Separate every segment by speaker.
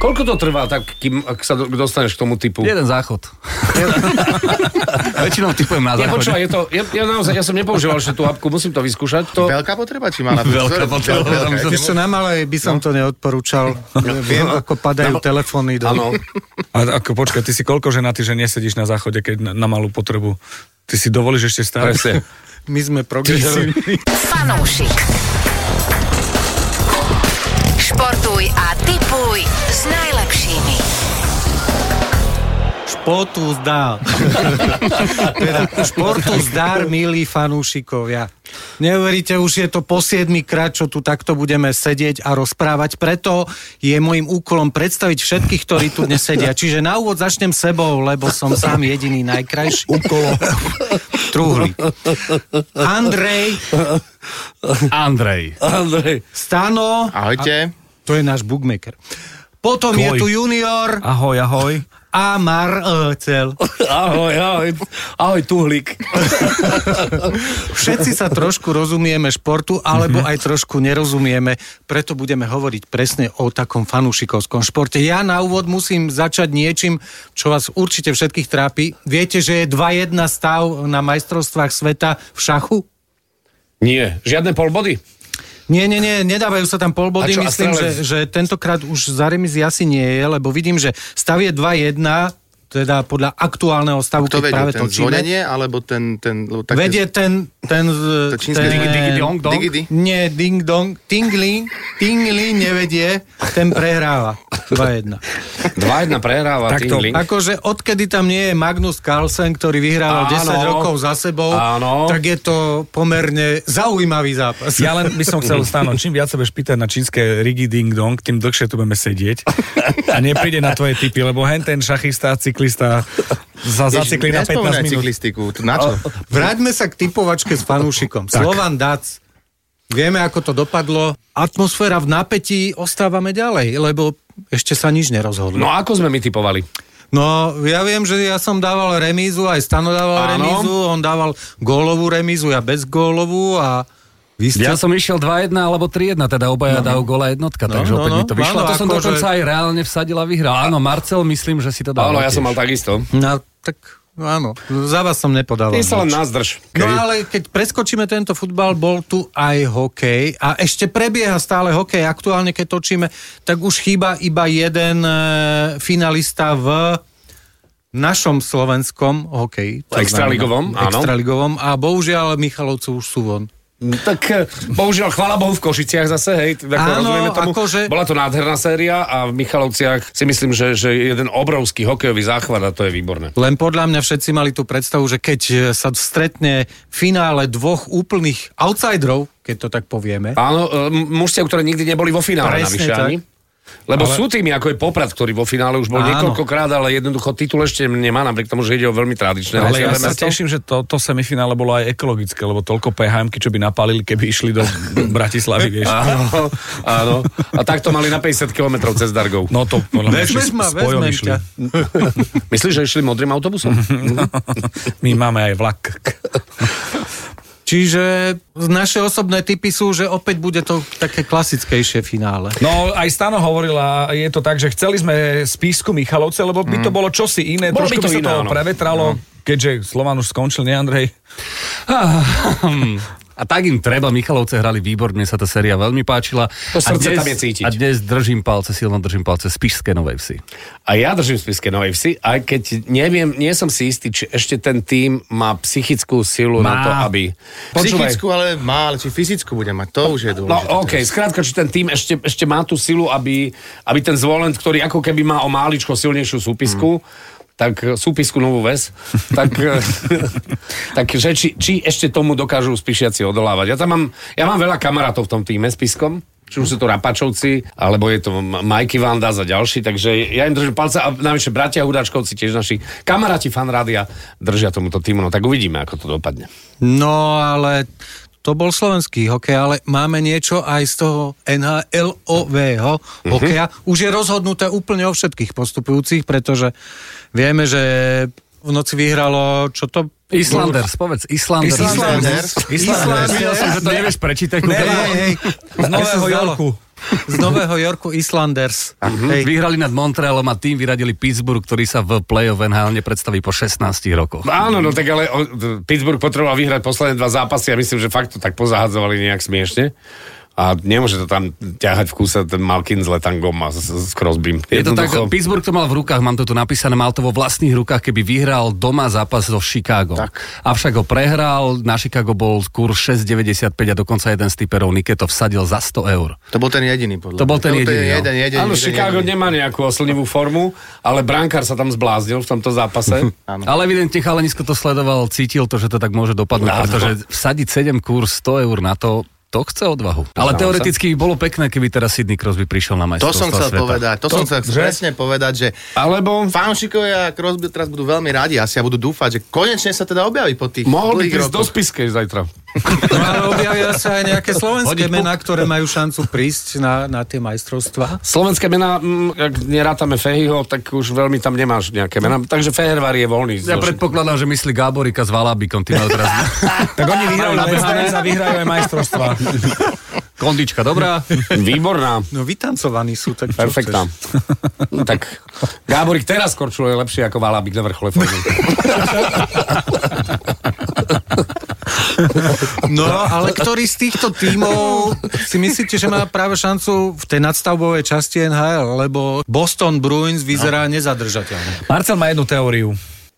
Speaker 1: Koľko to trvá, tak kým ak sa do- dostaneš k tomu typu?
Speaker 2: Jeden záchod. Väčšinou typujem na
Speaker 1: Ja,
Speaker 2: záchode.
Speaker 1: počúvaj, je to, ja, ja, naozaj, ja som nepoužíval ešte tú apku, musím to vyskúšať. To,
Speaker 3: Veľká potreba, či má na
Speaker 2: Veľká potreba, tam sa-
Speaker 4: Ešte na malej by som to neodporúčal. Viem, ako padajú telefóny do...
Speaker 1: áno.
Speaker 5: A ako počkaj, ty si koľko ženatý, že nesedíš na záchode, keď na, na malú potrebu? Ty si dovolíš ešte stále?
Speaker 1: Presne.
Speaker 4: My sme progresívni.
Speaker 6: Fanúšik. Športuj a tipuj s najlepšími.
Speaker 4: Športu zdá. teda, športu zdar, milí fanúšikovia. Neuveríte, už je to po 7 krát, čo tu takto budeme sedieť a rozprávať. Preto je môjim úkolom predstaviť všetkých, ktorí tu dnes sedia. Čiže na úvod začnem sebou, lebo som sám jediný najkrajší. Úkolo. Truhli. Andrej,
Speaker 2: Andrej.
Speaker 1: Andrej.
Speaker 4: Stano.
Speaker 3: Ahojte.
Speaker 4: To je náš bookmaker. Potom Tvoj. je tu junior eh,
Speaker 5: Ahoj, ahoj.
Speaker 4: a Marcel.
Speaker 1: Ahoj, ahoj. Ahoj, Tuhlik.
Speaker 4: Všetci sa trošku rozumieme športu,
Speaker 5: Mhm.
Speaker 4: alebo aj trošku nerozumieme, preto budeme hovoriť presne o takom fanúšikovskom športe. Ja na úvod musím začať niečím, čo vás určite všetkých trápi. Viete, že je 2-1 stav na majstrovstvách sveta v šachu?
Speaker 1: Nie, žiadne polbody.
Speaker 4: Nie, nie, nie, nedávajú sa tam polbody.
Speaker 1: A čo, a
Speaker 4: Myslím,
Speaker 1: strelec?
Speaker 4: že, že tentokrát už za remizi asi nie je, lebo vidím, že stav je 2-1, teda podľa aktuálneho stavu,
Speaker 3: Kto
Speaker 4: keď
Speaker 3: vedie,
Speaker 4: práve
Speaker 3: ten
Speaker 4: točíme.
Speaker 3: zvonenie, alebo ten... ten lebo také-
Speaker 4: Vedie ten... ten,
Speaker 3: To
Speaker 4: z-
Speaker 3: čínske
Speaker 4: ten
Speaker 3: digi- digi-
Speaker 2: dong, dong?
Speaker 3: Digidy.
Speaker 4: Nie, ding dong. Tingli, tingli nevedie, ten prehráva. 2-1.
Speaker 1: 2-1 prehráva
Speaker 5: Takto.
Speaker 1: Tingling.
Speaker 4: Akože odkedy tam nie je Magnus Carlsen, ktorý vyhrával
Speaker 1: Áno.
Speaker 4: 10 rokov za sebou,
Speaker 1: Áno.
Speaker 4: tak je to pomerne zaujímavý zápas.
Speaker 5: Ja len by som chcel stáno, čím viac sa budeš pýtať na čínske rigi ding dong, tým dlhšie tu budeme sedieť a nepríde na tvoje typy, lebo hen ten šachista, cyklista sa
Speaker 3: Ježiš,
Speaker 5: zacykli na
Speaker 3: nespomínaj
Speaker 5: 15 minút.
Speaker 3: cyklistiku. To Na čo?
Speaker 4: Vráťme sa k typovačke s fanúšikom. Slovan Dac. Vieme, ako to dopadlo. Atmosféra v napätí ostávame ďalej, lebo ešte sa nič nerozhodlo.
Speaker 1: No ako sme my typovali?
Speaker 4: No, ja viem, že ja som dával remízu, aj Stano dával
Speaker 1: Áno.
Speaker 4: remízu, on dával gólovú remízu, ja bezgólovú a vy ste...
Speaker 2: Ja som išiel 2-1 alebo 3-1, teda obaja no. dajú gola jednotka, no, takže
Speaker 4: no,
Speaker 2: opäť
Speaker 4: no.
Speaker 2: mi to vyšlo.
Speaker 4: Áno,
Speaker 2: a to som
Speaker 4: akože-
Speaker 2: dokonca aj reálne vsadil a vyhral. Áno, Marcel, myslím, že si to dal.
Speaker 1: Áno, ja
Speaker 2: tiež.
Speaker 1: som mal takisto.
Speaker 4: No, tak áno, za vás som nepodával.
Speaker 1: Ty sa len
Speaker 4: nič.
Speaker 1: nazdrž.
Speaker 4: No ale keď preskočíme tento futbal, bol tu aj hokej a ešte prebieha stále hokej. Aktuálne, keď točíme, tak už chýba iba jeden e, finalista v našom slovenskom hokeji. To znamená,
Speaker 1: Extraligovom, áno.
Speaker 4: Extraligovom a bohužiaľ Michalovcov už sú von.
Speaker 1: Tak eh, bohužiaľ, chvála Bohu v Košiciach zase, hej, tak ako
Speaker 4: Áno,
Speaker 1: rozumieme tomu.
Speaker 4: akože-
Speaker 1: Bola to nádherná séria a v Michalovciach si myslím, že, že jeden obrovský hokejový záchvat a to je výborné.
Speaker 4: Len podľa mňa všetci mali tú predstavu, že keď e, sa stretne v finále dvoch úplných outsiderov, keď to tak povieme,
Speaker 1: Áno, eh, m- mužstia, ktoré nikdy neboli vo finále
Speaker 4: Presne
Speaker 1: navyše
Speaker 4: tak.
Speaker 1: ani. Lebo ale... sú tými, ako je Poprad, ktorý vo finále už bol
Speaker 4: Áno.
Speaker 1: niekoľkokrát, ale jednoducho titul ešte nemá, napriek tomu, že ide o veľmi tradičné.
Speaker 5: Ale
Speaker 1: hokejové
Speaker 5: ja sa
Speaker 1: mesto.
Speaker 5: teším, že to, to semifinále bolo aj ekologické, lebo toľko PHM, čo by napalili, keby išli do Bratislavy, vieš.
Speaker 1: Áno, áno. A takto mali na 50 km cez Dargov.
Speaker 5: No to podľa mňa
Speaker 4: Vezmeš
Speaker 5: ešte
Speaker 4: ma,
Speaker 5: spojom
Speaker 4: vezmem
Speaker 5: išli.
Speaker 4: ťa.
Speaker 1: Myslíš, že išli modrým autobusom?
Speaker 5: My máme aj vlak.
Speaker 4: Čiže naše osobné typy sú, že opäť bude to také klasickejšie finále.
Speaker 5: No aj Stano hovorila, je to tak, že chceli sme spísku Michalovce, lebo by to bolo čosi iné,
Speaker 1: Mm. Bolo by
Speaker 5: trošku by,
Speaker 1: to
Speaker 5: sa
Speaker 1: iné,
Speaker 5: to
Speaker 1: áno. No.
Speaker 5: prevetralo, keďže Slovan už skončil, nie Andrej?
Speaker 2: Ah. A tak im treba, Michalovce hrali výborne, sa tá séria veľmi páčila.
Speaker 1: To srdce
Speaker 2: a dnes,
Speaker 1: tam je cítiť.
Speaker 2: A dnes držím palce, silno držím palce z Pišskej Novej Vsi.
Speaker 1: A ja držím spiske Novej Vsi, aj keď neviem, nie som si istý, či ešte ten tým má psychickú silu má. na
Speaker 2: Má.
Speaker 1: to, aby... Počúvaj,
Speaker 3: Psychickú, ale má, ale či fyzickú bude mať, to už je
Speaker 1: No
Speaker 3: dôležité.
Speaker 1: OK, skrátka, či ten tým ešte, ešte má tú silu, aby, aby ten zvolen, ktorý ako keby má o máličko silnejšiu súpisku, tak e, súpisku novú ves, tak, e, tak že či, či ešte tomu dokážu spíšiaci odolávať. Ja tam mám, ja mám veľa kamarátov v tom týme s piskom, či už sú to Rapačovci, alebo je to Ma- Majky Vanda za ďalší, takže ja im držím palce a navyše bratia Hudačkovci, tiež naši kamaráti fanrádia držia tomuto týmu, no tak uvidíme, ako to dopadne.
Speaker 4: No ale to bol slovenský hokej, ale máme niečo aj z toho NHLového
Speaker 2: Mhm.
Speaker 4: hokeja. Už je rozhodnuté úplne o všetkých postupujúcich, pretože vieme, že v noci vyhralo, čo to...
Speaker 2: Islanders, povedz, Islanders.
Speaker 3: Islanders.
Speaker 2: Islanders. Videl som, že to nevieš prečítať.
Speaker 4: Hej, hej, hej.
Speaker 5: Z Nového Jorku.
Speaker 4: Z Nového Jorku Islanders.
Speaker 2: Hej. Mhm. Vyhrali nad Montrealom a tým vyradili Pittsburgh, ktorý sa v play-off NHL nepredstaví po 16 rokoch.
Speaker 1: Áno, no tak ale o, Pittsburgh potreboval vyhrať posledné dva zápasy a myslím, že fakt to tak pozahadzovali nejak smiešne. A nemôže to tam ťahať v kúse ten Malkin s letangom a s, s Crosbym.
Speaker 2: Je to tak,
Speaker 1: Jednoducho-
Speaker 2: Pittsburgh to mal v rukách, mám to tu napísané, mal to vo vlastných rukách, keby vyhral doma zápas so Chicago. Tak. Avšak ho prehral, na Chicago bol kurz 6,95 a dokonca jeden z typerov Nike to vsadil za 100 eur.
Speaker 3: To bol ten jediný, podľa
Speaker 2: To bol
Speaker 3: mňa.
Speaker 2: ten
Speaker 3: to
Speaker 2: jediný,
Speaker 3: je
Speaker 2: no.
Speaker 3: jeden, jeden,
Speaker 1: Áno,
Speaker 3: jeden,
Speaker 1: Chicago
Speaker 3: jediný.
Speaker 1: nemá nejakú oslnivú formu, ale brankár sa tam zbláznil v tomto zápase.
Speaker 3: Áno.
Speaker 2: Ale evidentne Chalanisko to sledoval, cítil to, že to tak môže dopadnúť,
Speaker 1: Áno.
Speaker 2: pretože vsadiť 7 kurz 100 eur na to, to chce odvahu. Ale
Speaker 1: sa.
Speaker 2: teoreticky by bolo pekné, keby teraz Sidney Crosby prišiel na majstrovstvo
Speaker 3: To som chcel
Speaker 2: sveta.
Speaker 3: povedať, to, som chcel presne povedať, že
Speaker 1: Alebo
Speaker 3: fanšikovia a Crosby teraz budú veľmi radi asi a budú dúfať, že konečne sa teda objaví po tých
Speaker 1: mohol by
Speaker 3: dlhých
Speaker 1: prísť do
Speaker 3: rokoch.
Speaker 1: spiske zajtra.
Speaker 4: No ale objavia sa aj nejaké slovenské
Speaker 2: Hodiť puk.
Speaker 4: mená, ktoré majú šancu prísť na, na tie majstrovstvá.
Speaker 1: Slovenské mená, mm, ak nerátame Fehyho, tak už veľmi tam nemáš nejaké mená. Takže Fehervar je voľný.
Speaker 2: Ja predpokladám, že myslí Gáborika s Valabikom, tí majú teraz
Speaker 5: Tak oni vyhrajú Let's Dance a vyhrajú aj majstrovstva.
Speaker 2: kondička dobrá.
Speaker 1: Výborná.
Speaker 4: No vytancovaní sú, tak čo
Speaker 1: Perfektná.
Speaker 4: chceš?
Speaker 1: No, tak Gáborik teraz korčuluje lepšie ako Valabik na vrchole formy.
Speaker 4: No, ale ktorý z týchto tímov si myslíte, že má práve šancu v tej nadstavbovej časti NHL? Lebo Boston Bruins vyzerá nezadržateľne.
Speaker 5: Marcel má jednu teóriu.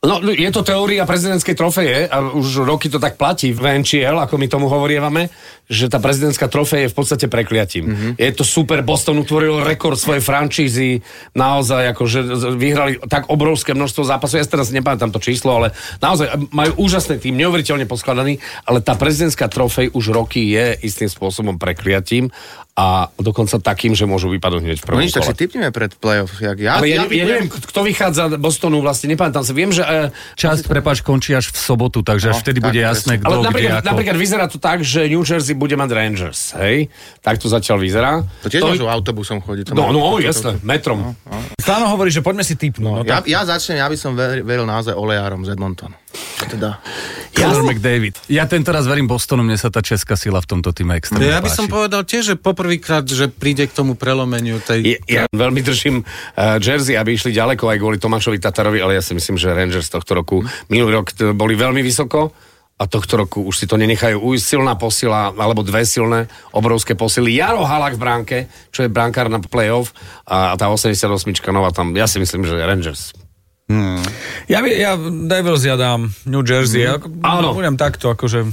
Speaker 1: No, je to teória prezidentskej trofeje a už roky to tak platí v NCL, ako my tomu hovorievame, že tá prezidentská trofej je v podstate prekliatím.
Speaker 3: Mhm.
Speaker 1: Mm-hmm. Je to super, Boston utvoril rekord svojej frančízy, naozaj akože z- vyhrali tak obrovské množstvo zápasov, ja si teraz nepamätám to číslo, ale naozaj e, majú úžasný tým, neuveriteľne poskladaný, ale tá prezidentská trofej už roky je istým spôsobom prekliatím a dokonca takým, že môžu vypadnúť hneď v
Speaker 3: No
Speaker 1: prvom
Speaker 3: nič, tak si
Speaker 1: kole.
Speaker 3: typneme pred playoff. Jak ja,
Speaker 1: Ale ja,
Speaker 3: ja,
Speaker 1: ja neviem, k- kto vychádza Bostonu vlastne, nepamätám sa. Viem, že e,
Speaker 2: Časť, prepáč, končí až v sobotu, takže až
Speaker 3: No,
Speaker 2: vtedy
Speaker 3: tak,
Speaker 2: bude
Speaker 3: presne.
Speaker 2: jasné, kto
Speaker 1: Ale
Speaker 2: kde
Speaker 1: napríklad,
Speaker 2: ako.
Speaker 1: napríklad vyzerá to tak, že New Jersey bude mať Rangers, hej? Tak to zatiaľ vyzerá.
Speaker 3: To tiež môžu autobusom chodiť. to
Speaker 1: No,
Speaker 3: má-
Speaker 1: no,
Speaker 3: to- to-
Speaker 1: jasné, metrom.
Speaker 5: Stano hovorí, že poďme si
Speaker 3: No,
Speaker 5: typnúť. No,
Speaker 3: ja,
Speaker 5: tak.
Speaker 3: ja začnem, ja by som ver, veril naozaj olejárom z Edmontonu. Teda,
Speaker 2: Conor McDavid. Ja ten teraz verím Bostonu, mne sa tá česká sila v tomto týme
Speaker 5: No,
Speaker 2: extrémne
Speaker 4: Ja by
Speaker 2: páči.
Speaker 4: som povedal tiež, že poprvýkrát, že príde k tomu prelomeniu tej...
Speaker 1: Ja, ja veľmi držím uh, Jersey, aby išli ďaleko aj kvôli Tomášovi Tatarovi, ale ja si myslím, že Rangers tohto roku, minulý rok t- boli veľmi vysoko a tohto roku už si to nenechajú ujsť. Silná posila, alebo dve silné, obrovské posily. Jaro Halak v bránke, čo je brankár na playoff a, a tá 88 nová tam, ja si myslím, že Rangers.
Speaker 5: Ja, by- ja Devils ja dám New Jersey.
Speaker 3: Mhm.
Speaker 5: Mm.
Speaker 1: Áno.
Speaker 5: Budem takto, akože...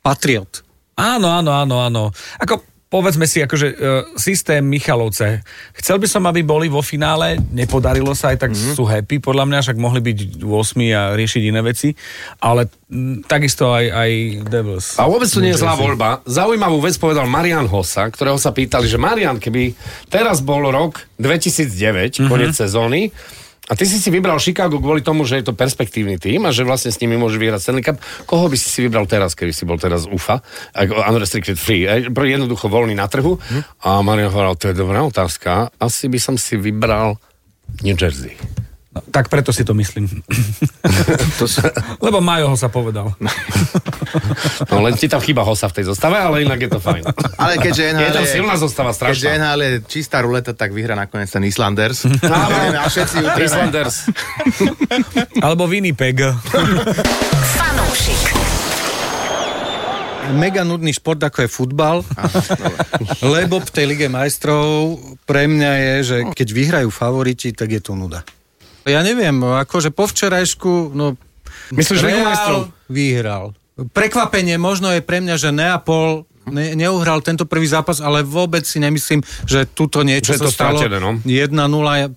Speaker 4: Patriot.
Speaker 5: Áno, áno, áno, áno. Ako povedzme si, akože e, systém Michalovce. Chcel by som, aby boli vo finále, nepodarilo sa aj tak,
Speaker 3: Mhm.
Speaker 5: mm-hmm. sú happy, podľa mňa však mohli byť 8 a riešiť iné veci, ale mm, takisto aj, aj Devils.
Speaker 1: A vôbec to nie je zlá voľba. Zaujímavú vec povedal Marian Hosa, ktorého sa pýtali, že Marian, keby teraz bol rok 2009, mm-hmm. koniec sezóny, a ty si si vybral Chicago kvôli tomu, že je to perspektívny tým a že vlastne s nimi môže vyhrať Stanley Cup. Koho by si si vybral teraz, keby si bol teraz UFA? Ako Unrestricted Free. eh, pre- Jednoducho voľný na trhu. A Marian hovoril, to je dobrá otázka. Asi by som si vybral New Jersey.
Speaker 5: No, tak preto si to myslím.
Speaker 3: to sa,
Speaker 5: Lebo Majo ho sa povedal.
Speaker 1: No len ti tam chyba Hosa v tej zostave, ale inak je to fajn.
Speaker 3: ale keďže
Speaker 1: Je
Speaker 3: NHL
Speaker 1: tam silná zostava,
Speaker 3: Keďže
Speaker 1: strašná.
Speaker 3: NHL je čistá ruleta, tak vyhra nakoniec ten Islanders. Áno, a všetci ju teda-
Speaker 1: Islanders.
Speaker 5: Alebo Winnipeg.
Speaker 6: Fanúšik.
Speaker 4: Mega nudný šport, ako je futbal, lebo v tej Lige majstrov pre mňa je, že keď vyhrajú favoriti, tak je to nuda. Ja neviem, akože po včerajšku, no...
Speaker 1: Myslíš Ligu
Speaker 4: Reál
Speaker 1: majstrov?
Speaker 4: Vyhral. Prekvapenie možno je pre mňa, že Neapol ne, neuhral tento prvý zápas, ale vôbec si nemyslím, že tuto niečo
Speaker 1: Že to
Speaker 4: sa stalo.
Speaker 1: stratené, no.
Speaker 4: 1-0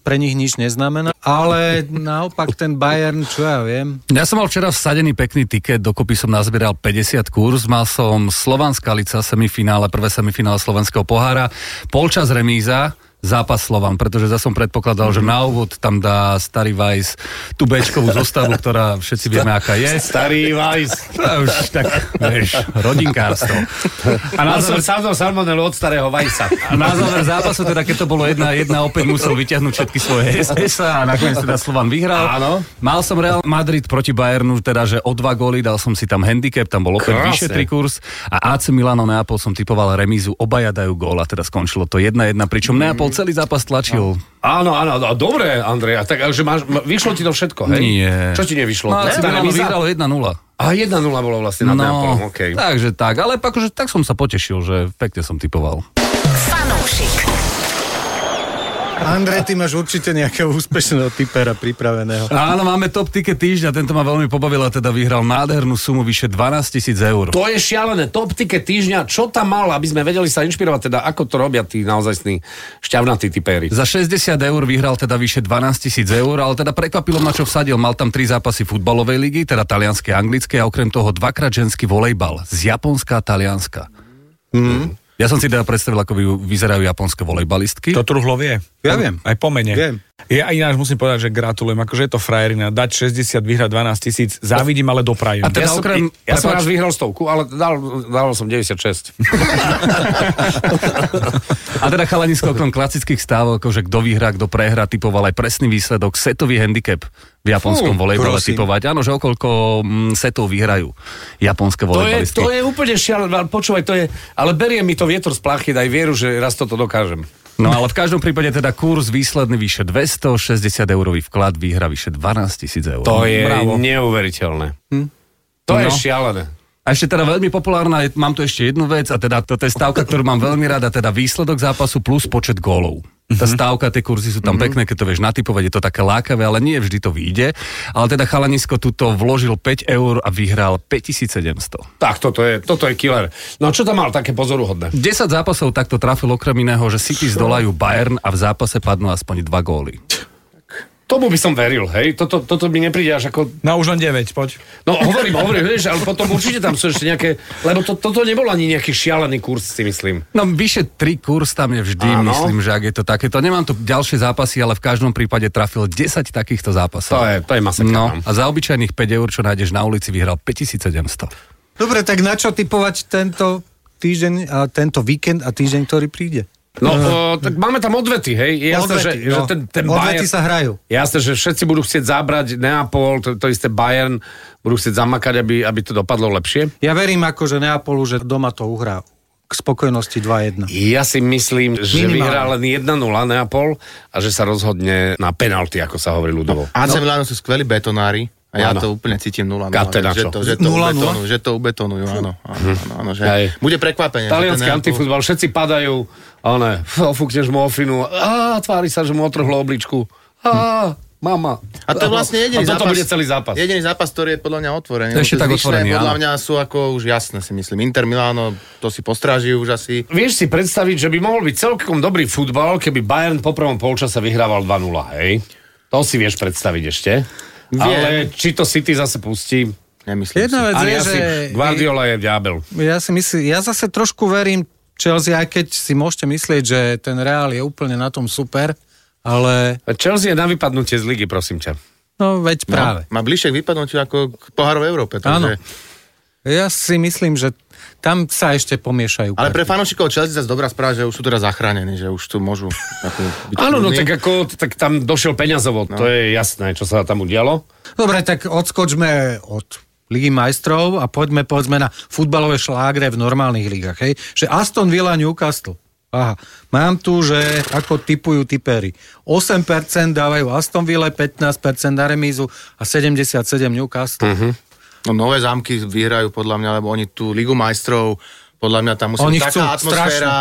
Speaker 4: pre nich nič neznamená, ale naopak ten Bayern, čo ja viem,
Speaker 2: Ja som mal včera vsadený pekný tiket, dokopy som nazbieral 50 kurz, mal som Slovanská lica semifinále, prvé semifinále Slovenského pohára, polčas remíza, 0-0 zápas Slovan, pretože zase som predpokladal, že na úvod tam dá starý Vajs tú Bčkovú zostavu, ktorá všetci vieme, aká je.
Speaker 1: Starý Vajs.
Speaker 2: To je už tak, vieš, rodinkárstvo. A
Speaker 1: Mal
Speaker 2: na
Speaker 1: som
Speaker 2: záver,
Speaker 1: sám salmonelu od starého Vajsa.
Speaker 2: a na záver zápasu, teda keď to bolo jedna, jedna opäť musel vyťahnuť všetky svoje SS a nakoniec teda Slovan vyhral.
Speaker 1: Áno.
Speaker 2: Mal som Real Madrid proti Bayernu, teda že o dva góly, dal som si tam handicap, tam bol opäť
Speaker 1: Krásne.
Speaker 2: vyše tri kurz a AC Milano Neapol som typoval remízu, obaja dajú gól a teda skončilo to 1-1, pričom
Speaker 1: Mm.
Speaker 2: Neapol celý zápas tlačil.
Speaker 1: Áno, áno, no, dobre, Andrej. a Tak, že máš, ma- vyšlo ti to všetko, hej?
Speaker 2: Nie.
Speaker 1: Čo ti nevyšlo?
Speaker 2: No, AC
Speaker 1: Tá
Speaker 2: Milano
Speaker 1: remíza?
Speaker 2: vyhralo 1-0.
Speaker 1: A 1-0 bolo vlastne teda nad Neapolom,
Speaker 2: No,
Speaker 1: okej.
Speaker 2: takže tak, ale akože tak som sa potešil, že pekne som typoval.
Speaker 6: Fanúšik.
Speaker 4: Andre, ty máš určite nejakého úspešného typera pripraveného.
Speaker 2: Áno, máme top ticket týždňa, tento ma veľmi pobavil a teda vyhral nádhernú sumu vyše 12 tisíc eur.
Speaker 1: To je šialené. Top ticket týždňa. Čo tam mal, aby sme vedeli sa inšpirovať, teda ako to robia tí naozajstní šťavnatí typéri.
Speaker 2: Za 60 eur vyhral teda vyše 12 tisíc eur, ale teda prekvapilo ma, čo vsadil. Mal tam tri zápasy futbalovej ligy, teda talianskej a anglickej a okrem toho dvakrát ženský volejbal z Japonska a Talianska.
Speaker 1: Mm.
Speaker 2: Ja som si teda predstavil, ako vy- vyzerajú japonské volejbalistky.
Speaker 5: To truhlo vie.
Speaker 4: Ja viem.
Speaker 5: Aj po mene.
Speaker 4: Viem.
Speaker 5: Ja ináč musím povedať, že gratulujem. Akože je to frajerina. Dať 60, vyhrať 12 tisíc. Závidím, ale doprajem.
Speaker 2: A teda
Speaker 1: ja som,
Speaker 2: okrem-
Speaker 1: ja som
Speaker 2: prepáč.
Speaker 1: raz vyhral stovku, ale dal, dal som 96.
Speaker 2: A teda chalanisko okrem klasických stávok, že kto vyhrá, kto prehra, typoval aj presný výsledok, setový handicap v japonskom
Speaker 1: Fú,
Speaker 2: volejbale
Speaker 4: prosím.
Speaker 2: typovať. Áno, že okoľko mm, setov vyhrajú japonské
Speaker 1: To je,
Speaker 2: volejbalistky.
Speaker 1: to je úplne šialené, ale počúvaj, to je, ale berie mi to vietor z plachy, daj vieru, že raz toto dokážem.
Speaker 2: No ale v každom prípade teda kurz výsledný vyše 260 eurový vklad výhra vyše 12 tisíc eur.
Speaker 1: To je
Speaker 2: Bravo.
Speaker 1: neuveriteľné. Hm? To je
Speaker 2: No.
Speaker 1: šialené.
Speaker 2: A ešte teda veľmi populárna, je, mám tu ešte jednu vec a teda toto je stávka, ktorú mám veľmi rada, teda výsledok zápasu plus počet gólov. Tá stávka, tie kurzy sú tam pekné, keď to vieš natypovať, je to také lákavé, ale nie vždy to vyjde. Ale teda chalanisko tuto vložil 5 eur a vyhral 5700.
Speaker 1: Tak, toto je, toto je killer. No a čo tam mal také pozoruhodné?
Speaker 2: 10 zápasov takto trafil okrem iného, že City zdolajú Bayern a v zápase padnú aspoň 2 góly.
Speaker 1: Tomu by som veril, hej? Toto, toto mi nepríde až ako
Speaker 5: No už len 9, poď.
Speaker 1: No hovorím, hovorím, vieš, ale potom určite tam sú ešte nejaké, lebo to, toto nebol ani nejaký šialený kurz, si myslím.
Speaker 2: No vyše tri kurz tam je vždy,
Speaker 1: Áno.
Speaker 2: Áno. myslím, že ak je to takéto. Nemám tu ďalšie zápasy, ale v každom prípade trafil 10 takýchto
Speaker 1: To
Speaker 2: zápasov.
Speaker 1: je- to je masakra,
Speaker 2: No,
Speaker 1: no.
Speaker 2: a za obyčajných 5 eur, čo nájdeš na ulici, vyhral 5700.
Speaker 4: Dobre, tak na čo typovať tento týždeň a tento víkend a týždeň, ktorý príde?
Speaker 1: No, o, tak máme tam odvety, hej? Je jasné,
Speaker 4: Odvety,
Speaker 1: že,
Speaker 4: no.
Speaker 1: že ten, ten
Speaker 4: Odvety
Speaker 1: Bayern...
Speaker 4: sa hrajú.
Speaker 1: Jasné, že všetci budú chcieť zabrať Neapol, to, to isté Bayern, budú chcieť zamakať, aby, aby to dopadlo lepšie.
Speaker 4: Ja verím akože Neapolu, že doma to uhrá k spokojnosti 2-1.
Speaker 1: Ja si myslím, že
Speaker 4: Minimálne.
Speaker 1: vyhrá len 1-0 Neapol a že sa rozhodne na penalty, ako sa hovorí ľudovo.
Speaker 3: AC Milano sú skvelí betonári. A ja
Speaker 1: No. Áno.
Speaker 3: to úplne cítim 0
Speaker 1: Kate na
Speaker 3: že
Speaker 1: čo?
Speaker 3: to, že to
Speaker 4: 0-0?
Speaker 3: ubetonujú, že to ubetonujú, áno. áno, áno, áno že
Speaker 1: Aj.
Speaker 3: bude prekvapenie. že ten
Speaker 1: Talianský
Speaker 3: Neapol-
Speaker 1: antifutbal, všetci padajú, ale ofúkneš mu ofinu, a tvári sa, že mu otrhlo obličku. Á, mama.
Speaker 3: A to je vlastne jediný
Speaker 1: a No, toto
Speaker 3: zápas.
Speaker 1: bude celý zápas.
Speaker 3: Jediný zápas, ktorý je podľa mňa otvorený.
Speaker 2: To je ešte
Speaker 3: Lebo tie
Speaker 2: tak
Speaker 3: zvyšné
Speaker 2: otvorený,
Speaker 3: Podľa
Speaker 2: áno.
Speaker 3: mňa sú ako už jasné, si myslím. Inter Milano, to si postráži už asi.
Speaker 1: Vieš si predstaviť, že by mohol byť celkom dobrý futbal, keby Bayern po prvom polčase vyhrával 2-0, hej? To si vieš predstaviť ešte.
Speaker 3: Viem.
Speaker 1: Ale či to City zase pustí?
Speaker 3: Nemyslím
Speaker 4: Jedna
Speaker 3: si.
Speaker 4: vec
Speaker 1: Ale
Speaker 4: je,
Speaker 1: ja
Speaker 4: že...
Speaker 1: si, Guardiola je ďábel.
Speaker 4: Ja si myslím, ja zase trošku verím Chelsea, aj keď si môžete myslieť, že ten Real je úplne na tom super, ale
Speaker 1: Chelsea je na vypadnutie z ligy, prosím ťa.
Speaker 4: no veď práve.
Speaker 3: Má bližšie k vypadnutiu ako k poháru v Európe.
Speaker 4: Áno.
Speaker 3: Takže...
Speaker 4: Ja si myslím, že tam sa ešte pomiešajú.
Speaker 3: Ale pre
Speaker 4: karty.
Speaker 3: fanúšikov Chelsea zase dobrá správa, že už sú teraz zachránení, že už tu môžu ako, byť
Speaker 1: Áno, no
Speaker 3: kľudní.
Speaker 1: tak ako, tak tam došiel peňazovo, no. to je jasné, čo sa tam udialo.
Speaker 4: Dobre, tak odskočme od Ligy majstrov a poďme povedzme na futbalové šlágre v normálnych ligách. Hej? Že Aston Villa Newcastle. Aha, mám tu, že ako typujú typery. 8% dávajú Aston Villa, 15% na remízu a 77
Speaker 2: Mhm.
Speaker 4: Newcastle. Uh-huh.
Speaker 3: No, nové zámky vyhrajú podľa mňa, lebo oni tú Ligu majstrov, podľa mňa tam musí
Speaker 4: Oni
Speaker 3: byť
Speaker 4: chcú
Speaker 3: taká atmosféra,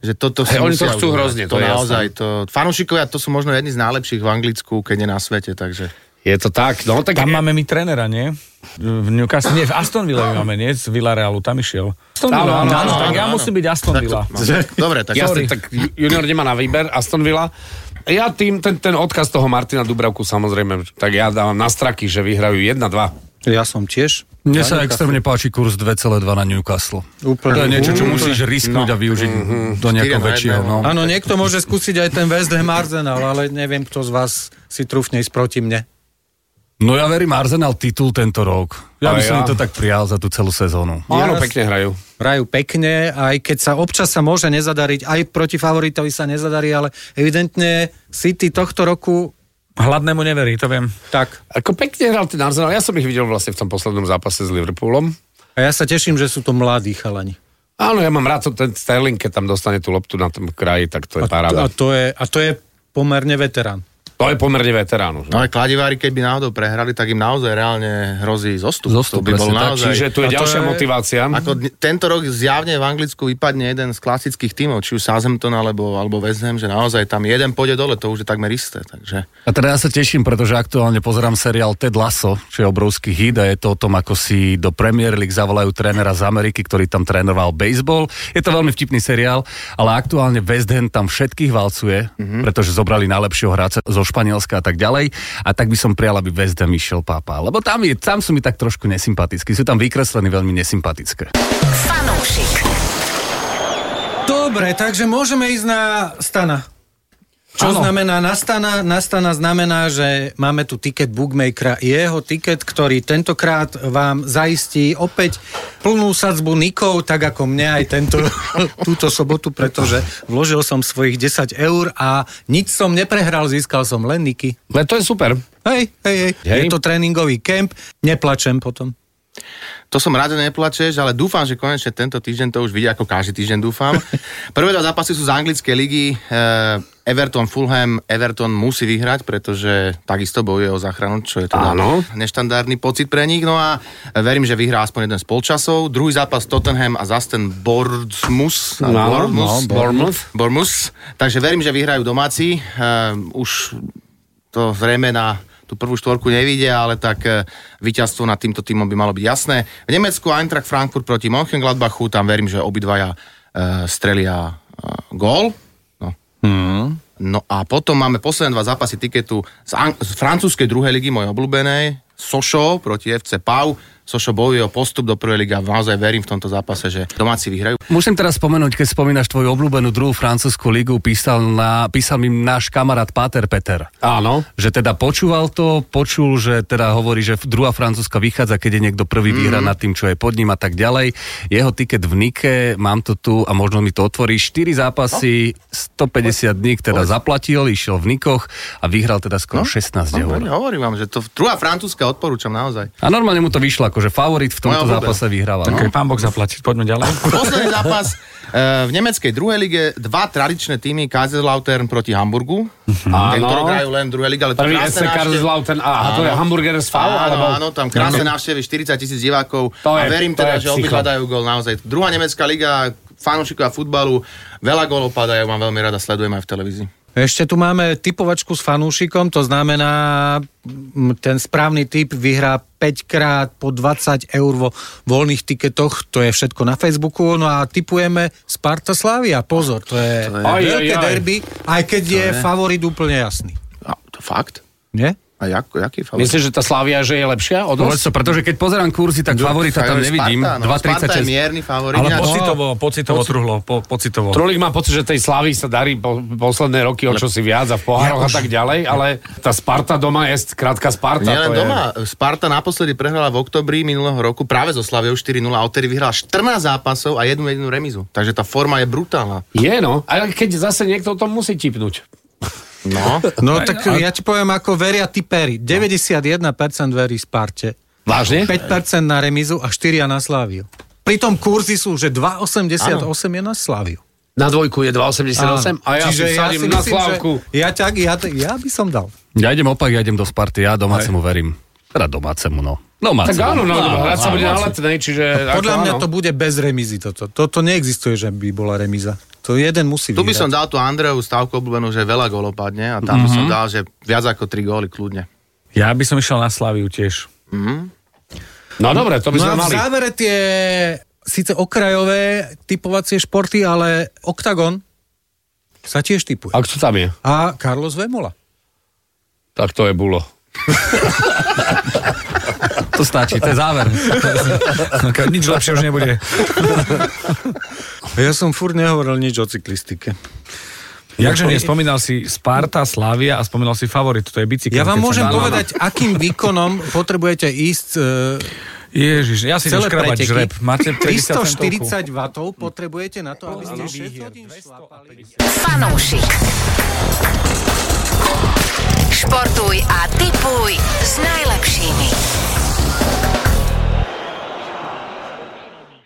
Speaker 3: že toto si
Speaker 1: Hej, oni to
Speaker 3: musia
Speaker 1: chcú
Speaker 3: užívať.
Speaker 1: hrozne, to
Speaker 3: to
Speaker 1: je
Speaker 3: naozaj. To, fanúšikovia, to sú možno jedni z najlepších v Anglicku, keď nie na svete, takže...
Speaker 1: Je to tak, no tak...
Speaker 5: Tam máme my trénera, nie? V Newcastle, nie, v Aston Ville máme, nie? Z Villarealu, tam išiel. Aston
Speaker 1: Áno,
Speaker 5: Villa,
Speaker 1: áno,
Speaker 5: áno,
Speaker 1: áno,
Speaker 5: tak ja
Speaker 3: áno.
Speaker 5: musím byť Aston
Speaker 3: Tak to,
Speaker 5: Villa.
Speaker 3: no. Dobre, tak...
Speaker 1: Jasne, tak ju- junior nemá na výber, Aston Villa. Ja tým, ten, ten odkaz toho Martina Dubravku samozrejme, tak ja dávam na straky, že vyhrajú 1-2.
Speaker 4: Ja som tiež.
Speaker 2: Mne sa extrémne páči kurz 2,2 na Newcastle.
Speaker 4: Úplne.
Speaker 2: To je niečo, čo
Speaker 1: Mm-hmm.
Speaker 4: Úplne.
Speaker 1: No.
Speaker 2: musíš risknúť a využiť do nejakého
Speaker 3: Štyri na
Speaker 2: väčšieho.
Speaker 3: jedného.
Speaker 2: No.
Speaker 4: Áno, niekto môže skúsiť aj ten West Ham Arsenal, ale neviem, kto z vás si trúfne ísť proti mne.
Speaker 2: no ja verím Arsenal titul tento rok. Ja
Speaker 1: Ale
Speaker 2: by som
Speaker 1: ja.
Speaker 2: im to tak prijal za tú celú sezónu.
Speaker 1: Áno,
Speaker 4: Jas-
Speaker 1: pekne hrajú.
Speaker 4: Hrajú pekne, aj keď sa občas sa môže nezadariť, aj proti favoritovi sa nezadarí, ale evidentne City tohto roku
Speaker 5: Hladnému neverí, to viem.
Speaker 4: tak.
Speaker 1: Ako pekne hral ten Arsenal. Ja som ich videl vlastne v tom poslednom zápase s Liverpoolom.
Speaker 4: A ja sa teším, že sú to mladí chalani.
Speaker 1: Áno, ja mám rád to- ten Sterling, keď tam dostane tú loptu na tom kraji, tak to je
Speaker 4: A
Speaker 1: paráda.
Speaker 4: to je, a to je pomerne veterán.
Speaker 1: To je pomerne veterán už.
Speaker 3: No ale kladivári, keby náhodou prehrali, tak im naozaj reálne hrozí zostup.
Speaker 2: Zostup,
Speaker 3: to by bol
Speaker 2: presne tak.
Speaker 3: naozaj...
Speaker 1: Čiže tu je
Speaker 4: A to
Speaker 1: ďalšia
Speaker 4: je-
Speaker 1: motivácia.
Speaker 3: Ako dne- tento rok zjavne v Anglicku vypadne jeden z klasických tímov, či už Southampton alebo, alebo West Ham, že naozaj tam jeden pôjde dole, to už je takmer isté. Takže
Speaker 2: A teda ja sa teším, pretože aktuálne pozerám seriál Ted Lasso, čo je obrovský hit a je to o tom, ako si do Premier League zavolajú trénera z Ameriky, ktorý tam trénoval baseball. Je to veľmi vtipný seriál, ale aktuálne West Ham tam všetkých valcuje, mm-hmm. pretože zobrali najlepšieho hráča zo Španielska a tak ďalej. A tak by som prijal, aby West Ham išiel pápa, lebo tam, je, tam sú mi tak trošku nesympatickí. Sú tam vykreslení veľmi nesympatické.
Speaker 6: Fanúšik.
Speaker 4: Dobre, takže môžeme ísť na stana. Čo ano.
Speaker 2: Áno.
Speaker 4: znamená nastana? Nastana znamená, že máme tu tiket bookmakera. Jeho tiket, ktorý tentokrát vám zaistí opäť plnú sadzbu Nikov, tak ako mne aj tento, túto sobotu, pretože vložil som svojich 10 eur a nič som neprehral, získal som len Niky.
Speaker 1: Le, to je super.
Speaker 4: Hej, hej, hej, hej.
Speaker 1: Hej.
Speaker 4: Je to tréningový kemp, neplačem potom.
Speaker 3: to som rád, že neplačeš, ale dúfam, že konečne tento týždeň to už vidia, ako každý týždeň dúfam. Prvé dva zápasy sú z anglickej ligy. Eh, Everton, Fulham, Everton musí vyhrať, pretože takisto bojuje o záchranu, čo je teda
Speaker 1: Áno.
Speaker 3: neštandardný pocit pre nich. No a verím, že vyhrá aspoň jeden z polčasov. Druhý zápas Tottenham a zase ten Bournemouth.
Speaker 1: No, no, Bournemouth.
Speaker 3: Bournemouth. Takže verím, že vyhrajú domáci. Ehm, už to zrejme na tú prvú štvorku nevidia, ale tak e, víťazstvo nad týmto týmom by malo byť jasné. V Nemecku Eintracht Frankfurt proti Mönchengladbachu, tam verím, že obidvaja e, strelia e, gól. No. no a potom máme posledné dva zápasy tiketu z, Ang- z francúzskej druhej ligy, mojej obľúbenej, Sošo proti FC Pau. Sošo bojuje o postup do prvej ligy a naozaj verím v tomto zápase, že domáci vyhrajú.
Speaker 2: Musím teraz spomenúť, keď spomínaš tvoju obľúbenú druhú francúzsku ligu, písal, na, písal mi náš kamarát Páter Peter.
Speaker 1: Áno.
Speaker 2: že teda počúval to, počul, že teda hovorí, že druhá francúzska vychádza, keď je niekto prvý
Speaker 3: Mhm.
Speaker 2: mm. výhra nad tým, čo je pod ním a tak ďalej. Jeho tiket v Nike, mám to tu a možno mi to otvorí. 4 zápasy, 150 dní teda zaplatil, išiel v Nikoch a vyhral teda skoro 16 eur.
Speaker 3: No, hovorím vám, že to druhá francúzska odporúčam naozaj.
Speaker 2: A normálne mu to vyšlo, akože favorit v tomto
Speaker 3: Moja obľúbená.
Speaker 2: zápase vyhráva.
Speaker 5: No.
Speaker 2: No?
Speaker 5: Pán Boh zaplatí, poďme ďalej.
Speaker 3: Posledný zápas e, v nemeckej druhej lige, dva tradičné týmy, Kaiserslautern proti Hamburgu. Ten,
Speaker 1: Áno.
Speaker 3: ktorý hrajú len druhá liga, ale to
Speaker 1: Prvý
Speaker 3: krásne
Speaker 1: SC Karlslautern, aha, to je hamburger z Fau,
Speaker 3: Áno,
Speaker 1: alebo... Mhm.
Speaker 3: áno, tam krásne návštevy, 40 tisíc divákov
Speaker 1: To
Speaker 3: a
Speaker 1: je-
Speaker 3: verím
Speaker 1: to
Speaker 3: teda,
Speaker 1: je
Speaker 3: že obidva
Speaker 1: psycho.
Speaker 3: dajú gol naozaj. Druhá nemecká liga, fanúšikov a futbalu, veľa gólov padajú, mám veľmi rada, sledujem aj v televízii.
Speaker 4: Ešte tu máme typovačku s fanúšikom, to znamená, m, ten správny typ vyhrá 5 krát po 20 eur vo voľných tiketoch, to je všetko na Facebooku, no a typujeme Sparta Slavia, pozor, to je, to je
Speaker 1: Aj,
Speaker 4: veľké
Speaker 1: aj, aj.
Speaker 4: derby, aj keď je, favorit úplne jasný.
Speaker 3: A, to fakt?
Speaker 4: Nie?
Speaker 3: A jak, jaký favorit?
Speaker 1: Myslíš, že tá Slavia, že je lepšia od nás?
Speaker 2: Povedz to, pretože keď pozerám kurzy, tak favorita tam
Speaker 3: Sparta,
Speaker 2: nevidím.
Speaker 3: no, Sparta je
Speaker 2: 2,36.
Speaker 3: mierny favorit.
Speaker 5: Ale
Speaker 3: ináč-
Speaker 5: pocitovo, pocitovo truhlo, po, pocitovo.
Speaker 1: Trolík má pocit, že tej Slavy sa darí po, posledné roky o čo si viac a v pohároch ja a tak ďalej, ale tá Sparta doma je krátka Sparta.
Speaker 3: Nielen
Speaker 1: to
Speaker 3: doma. Sparta naposledy prehrala v oktobri minulého roku práve so Slaviou 4-0 a odtedy vyhrala 14 zápasov a jednu jedinú remizu. Takže tá forma je brutálna.
Speaker 1: Je, je no, ale keď zase niekto o tom musí tipnúť.
Speaker 3: No.
Speaker 4: No tak ja ti poviem, ako veria typeri. 91% verí Sparte,
Speaker 1: Vážne?
Speaker 4: 5% na remizu a 4 na Sláviu. Pritom kurzy sú, že 2,88 je na Sláviu.
Speaker 1: Na dvojku je 2,88 a ja
Speaker 4: Čiže
Speaker 1: si sadím
Speaker 4: si
Speaker 1: na
Speaker 4: myslím,
Speaker 1: Slavku.
Speaker 4: Že ja, ťa, ja, ja by som dal.
Speaker 2: Ja idem opak, ja idem do Sparty, ja domácemu verím. Teda domácemu, no. Domácemu.
Speaker 1: Tak áno, no, hrať sa bude na
Speaker 2: áno.
Speaker 1: letnej, čiže...
Speaker 4: Podľa
Speaker 1: ako
Speaker 4: mňa
Speaker 1: áno.
Speaker 4: to bude bez remízy toto. Toto neexistuje, že by bola remíza. To jeden musí
Speaker 3: Tu by som
Speaker 4: vyhrať.
Speaker 3: dal tú Andreju stavku obľúbenú, že veľa gólov padne a tam by som dal, že viac ako 3 góly kľudne.
Speaker 5: Ja by som išiel na Slaviu tiež.
Speaker 1: No dobre, to by sme
Speaker 4: No a v
Speaker 1: mali.
Speaker 4: závere tie síce okrajové typovacie športy, ale Octagon sa tiež typuje.
Speaker 1: A kto tam je?
Speaker 4: A Carlos Vemola.
Speaker 1: Tak to je bulo.
Speaker 2: To stačí, to je záver.
Speaker 5: Nič lepšie už nebude.
Speaker 4: Ja som furt nehovoril nič o cyklistike.
Speaker 5: Jakže nie, spomínal si Sparta, Slavia a spomínal si favorit, to je bicykel.
Speaker 4: Ja vám
Speaker 5: No, Keď
Speaker 4: môžem
Speaker 5: sa- Áno,
Speaker 4: povedať, akým výkonom potrebujete ísť
Speaker 5: áno. Ježiš, ja
Speaker 4: e,
Speaker 5: si
Speaker 4: celé
Speaker 5: idem škrabať
Speaker 4: preteky.
Speaker 5: žreb. Máte 340
Speaker 4: 340 W potrebujete na to, aby ste výhierné.
Speaker 6: Fanúšik. Športuj a tipuj